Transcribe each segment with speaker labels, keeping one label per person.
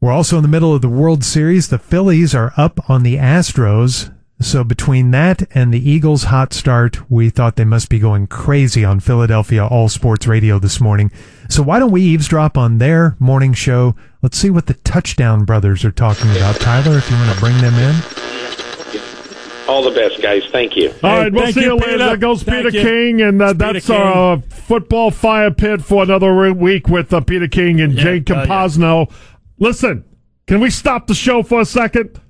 Speaker 1: We're also in the middle of the World Series. The Phillies are up on the Astros. So between that and the Eagles' hot start, we thought they must be going crazy on Philadelphia All Sports Radio this morning. So why don't we eavesdrop on their morning show? Let's see what the Touchdown Brothers are talking about. Tyler, if you want to bring them in.
Speaker 2: All the best, guys. Thank you.
Speaker 3: All right, we'll
Speaker 4: thank
Speaker 3: see
Speaker 4: you,
Speaker 3: you later.
Speaker 4: Peter.
Speaker 3: That goes
Speaker 4: Thank
Speaker 3: Peter
Speaker 4: you.
Speaker 3: King, and uh,
Speaker 4: Peter
Speaker 3: that's
Speaker 4: King.
Speaker 3: our football fire pit for another re- week with uh, Peter King and
Speaker 4: Yeah,
Speaker 3: Jake
Speaker 4: oh, yeah.
Speaker 3: Composno. Listen, can we stop the show for a second?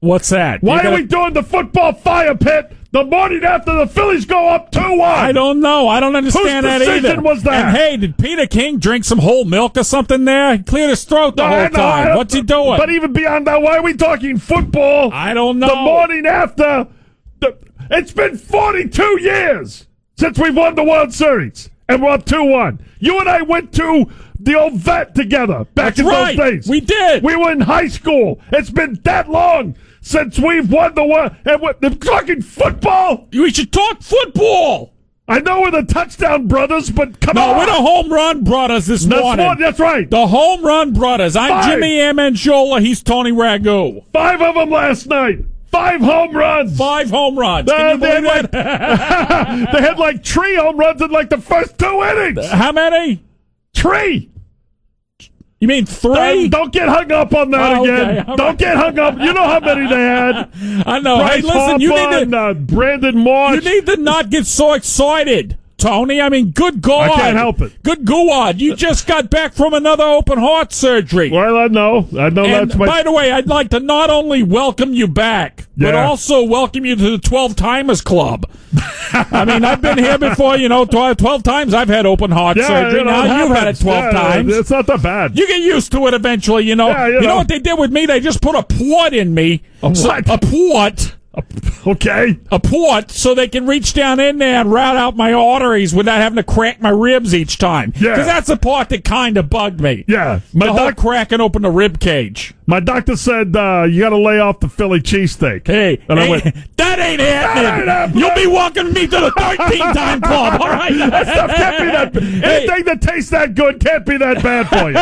Speaker 4: What's that?
Speaker 3: Why
Speaker 4: You gotta-
Speaker 3: are we doing the football fire pit the morning after the Phillies go up two one?
Speaker 4: I don't know. I don't understand
Speaker 3: Whose
Speaker 4: that either.
Speaker 3: decision was that?
Speaker 4: And hey, did Peter King drink some whole milk or something there? He cleared his throat the whole time. What's he doing?
Speaker 3: But even beyond that, why are we talking football?
Speaker 4: I don't know.
Speaker 3: The morning after, the, it's been 42 years since we won the World Series, and we're up 2 1. You and I went to the old vet together back
Speaker 4: That's
Speaker 3: in
Speaker 4: right.
Speaker 3: those days.
Speaker 4: We did.
Speaker 3: We were in high school. It's been that long since we've won the world. And we're they're talking football.
Speaker 4: we should talk football.
Speaker 3: I know we're the touchdown brothers, but come
Speaker 4: No,
Speaker 3: on.
Speaker 4: we're the home run brothers this
Speaker 3: That's
Speaker 4: morning.
Speaker 3: one- that's right.
Speaker 4: The home run brothers. I'm
Speaker 3: Five.
Speaker 4: Jimmy Amendola. He's Tony Ragu.
Speaker 3: Five of them last night. Five home runs.
Speaker 4: Five home runs. Can
Speaker 3: Uh,
Speaker 4: you
Speaker 3: they,
Speaker 4: believe
Speaker 3: had
Speaker 4: that?
Speaker 3: like, they had like three home runs in like the first two innings.
Speaker 4: How many?
Speaker 3: Three.
Speaker 4: You mean
Speaker 3: Don't,
Speaker 4: three?
Speaker 3: don't get hung up on that
Speaker 4: Oh, okay.
Speaker 3: again.
Speaker 4: All
Speaker 3: Don't
Speaker 4: right.
Speaker 3: get hung up. You know how many they had.
Speaker 4: I know. hey,
Speaker 3: Bryce
Speaker 4: listen, you
Speaker 3: Harper
Speaker 4: need
Speaker 3: and,
Speaker 4: to
Speaker 3: uh, Brandon Marsh.
Speaker 4: you need to not get so excited. Tony, I mean, good God.
Speaker 3: can't help it.
Speaker 4: Good God. You just got back from another open heart surgery.
Speaker 3: well, I know. I know
Speaker 4: And
Speaker 3: that's my.
Speaker 4: by the way, I'd like to not only welcome you back, but
Speaker 3: Yeah.
Speaker 4: also welcome you to the 12 Timers Club. I mean, I've been here before, you know, 12, 12 times I've had open heart
Speaker 3: yeah,
Speaker 4: surgery.
Speaker 3: you know,
Speaker 4: now you've had it
Speaker 3: happens.
Speaker 4: 12
Speaker 3: Yeah,
Speaker 4: times.
Speaker 3: It's not that bad.
Speaker 4: You get used to it eventually, you know.
Speaker 3: Yeah, you
Speaker 4: you, know.
Speaker 3: know.
Speaker 4: what they did with me? They just put a port in me.
Speaker 3: A
Speaker 4: So-
Speaker 3: what?
Speaker 4: a port.
Speaker 3: okay.
Speaker 4: A port so they can reach down in there and route out my arteries without having to crack my ribs each time.
Speaker 3: Yeah.
Speaker 4: Because that's the part that kind of bugged me.
Speaker 3: Yeah. My,
Speaker 4: The whole
Speaker 3: doc-
Speaker 4: cracking open the rib cage.
Speaker 3: my doctor said uh, you got to lay off the Philly cheesesteak.
Speaker 4: Hey,
Speaker 3: And I
Speaker 4: hey,
Speaker 3: went-
Speaker 4: that ain't happening.
Speaker 3: ain't happening.
Speaker 4: You'll be walking me to the 13 time club, all right?
Speaker 3: that stuff can't be that.
Speaker 4: Hey,
Speaker 3: Anything that tastes that good can't be that bad for you.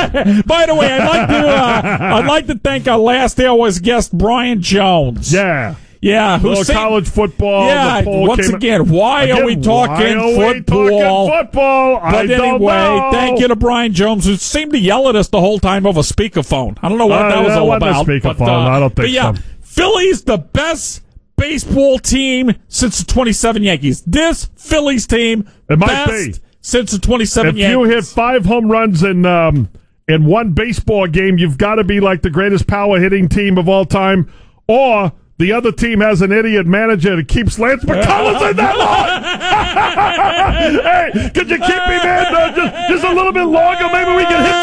Speaker 4: by the way, I'd like to uh, I'd like to thank our last hour's guest, Brian Jones.
Speaker 3: Yeah.
Speaker 4: yeah, who
Speaker 3: Well,
Speaker 4: sing-
Speaker 3: college football.
Speaker 4: Yeah,
Speaker 3: the poll
Speaker 4: once
Speaker 3: came-
Speaker 4: again, why
Speaker 3: Again,
Speaker 4: are we talking
Speaker 3: why are we
Speaker 4: football?
Speaker 3: talking football? I
Speaker 4: But
Speaker 3: don't
Speaker 4: anyway,
Speaker 3: know.
Speaker 4: thank you to Brian Jones, who seemed to yell at us the whole time over speakerphone. I don't know what
Speaker 3: Uh,
Speaker 4: that was
Speaker 3: that
Speaker 4: all
Speaker 3: wasn't a
Speaker 4: about.
Speaker 3: speakerphone.
Speaker 4: but, uh,
Speaker 3: I don't think
Speaker 4: but yeah,
Speaker 3: so.
Speaker 4: Philly's the best baseball team since the 27 Yankees. This Phillies team,
Speaker 3: It might
Speaker 4: best
Speaker 3: be.
Speaker 4: since the 27
Speaker 3: If you
Speaker 4: Yankees.
Speaker 3: hit five home runs in um, in one baseball game, you've got to be like the greatest power hitting team of all time, or the other team has an idiot manager that keeps Lance McCullers in that line. hey, could you keep me there uh, just, just a little bit longer? Maybe we can hit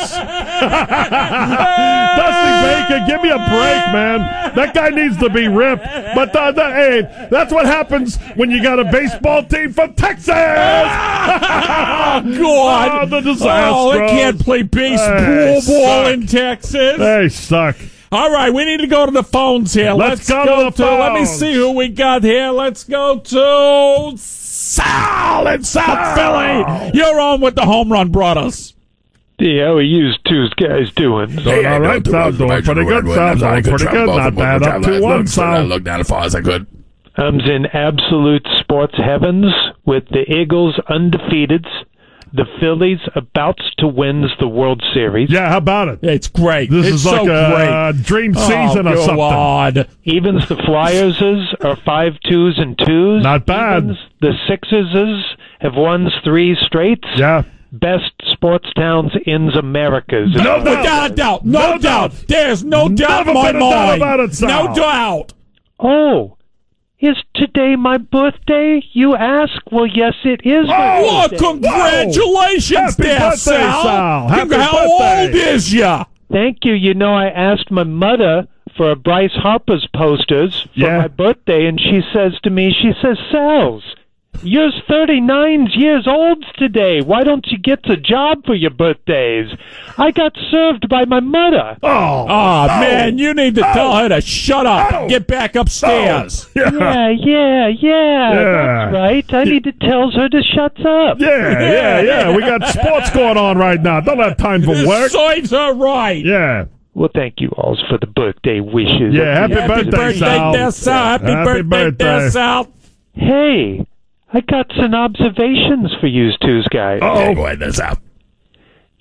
Speaker 3: six. Dusty Baker, give me a break, man. That guy needs to be ripped. But uh, that, hey, that's what happens when you got a baseball team from Texas.
Speaker 4: God.
Speaker 3: Oh, the
Speaker 4: Oh, they
Speaker 3: disasters.
Speaker 4: can't play baseball
Speaker 3: Hey,
Speaker 4: ball
Speaker 3: suck.
Speaker 4: in Texas.
Speaker 3: They suck.
Speaker 4: All right, we need to go to the phones here.
Speaker 3: Let's go to the
Speaker 4: Let me
Speaker 3: phones.
Speaker 4: see who we got here. Let's go to Sal in South Philly. You're on with the home run brothers.
Speaker 5: Yeah, how are you two guys doing?
Speaker 3: Doing all right, Sal. Doing pretty good, Sal. Doing pretty good. Not bad. Up to one,
Speaker 6: I
Speaker 3: Sal.
Speaker 6: looked down as far as I could.
Speaker 5: I'm in absolute sports heavens with the Eagles undefeated, the Phillies about to win the World Series.
Speaker 3: Yeah, how about it?
Speaker 4: It's great.
Speaker 3: This
Speaker 4: it's
Speaker 3: is like
Speaker 4: so great.
Speaker 3: a uh, dream season
Speaker 4: oh,
Speaker 3: or something.
Speaker 4: God.
Speaker 5: Evens the Flyers are five twos and twos.
Speaker 3: Not bad.
Speaker 5: Evens the Sixers have won three straight.
Speaker 3: Yeah.
Speaker 5: Best sports towns in Americas.
Speaker 4: Oh,
Speaker 3: No doubt.
Speaker 4: Without a doubt. No,
Speaker 3: No
Speaker 4: doubt.
Speaker 3: doubt.
Speaker 4: There's no doubt
Speaker 3: Never
Speaker 4: in my
Speaker 3: been a doubt
Speaker 4: mind.
Speaker 3: about it, Sal.
Speaker 4: No doubt.
Speaker 5: Oh, is today my birthday? You ask. Well, yes, it is. my
Speaker 4: Oh,
Speaker 5: birthday.
Speaker 4: congratulations
Speaker 3: Happy
Speaker 4: there,
Speaker 3: birthday,
Speaker 4: Sal.
Speaker 3: Sal. Happy
Speaker 4: Congr- How
Speaker 3: birthday.
Speaker 4: old is ya?
Speaker 5: Thank you. You know, I asked my mother for a Bryce Harper's posters for
Speaker 3: Yeah.
Speaker 5: my birthday, and she says to me, she says, Sal's, you're 39 years old today. Why don't you get a job for your birthdays? I got served by my mother.
Speaker 3: Oh.
Speaker 4: Oh, man, you need to tell her to shut up
Speaker 3: Oh.
Speaker 4: and get back upstairs.
Speaker 3: Yeah.
Speaker 5: Yeah, yeah, yeah, That's right. I need to tell her to shut up.
Speaker 3: Yeah, yeah, yeah. We got sports going on right now. Don't have time for
Speaker 4: This
Speaker 3: work.
Speaker 4: sides are right.
Speaker 3: Yeah.
Speaker 5: Well, thank you all for the birthday wishes.
Speaker 3: Yeah, happy
Speaker 5: Happy
Speaker 3: birthday, Sal.
Speaker 4: dear Sal. Happy,
Speaker 3: Happy
Speaker 4: birthday,
Speaker 3: birthday.
Speaker 4: dear Sal.
Speaker 5: Hey, I got some observations for you two guys.
Speaker 3: Oh,
Speaker 4: this out.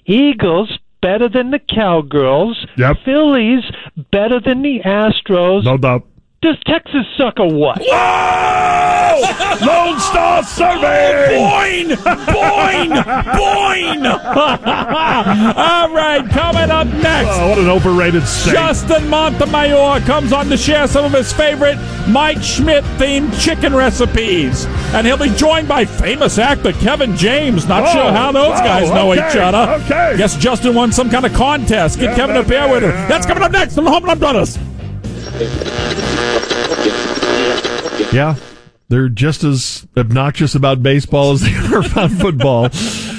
Speaker 5: Eagles better than the Cowgirls.
Speaker 3: Yep.
Speaker 5: Phillies better than the Astros.
Speaker 3: no doubt.
Speaker 5: Does Texas suck or what?
Speaker 3: Oh, Lone Star Survey.
Speaker 4: Boing! Boing! Boing! All right, coming up next.
Speaker 3: Oh, what an overrated state.
Speaker 4: Justin Montemayor comes on to share some of his favorite Mike Schmidt themed chicken recipes. And he'll be joined by famous actor Kevin James. Not
Speaker 3: Oh,
Speaker 4: sure how those
Speaker 3: oh,
Speaker 4: guys know
Speaker 3: okay,
Speaker 4: each other.
Speaker 3: okay.
Speaker 4: Guess Justin won some kind of contest. Get Kevin a beer with her. That's coming up next on the Home Run Brothers.
Speaker 3: Yeah. They're just as obnoxious about baseball as they are about football.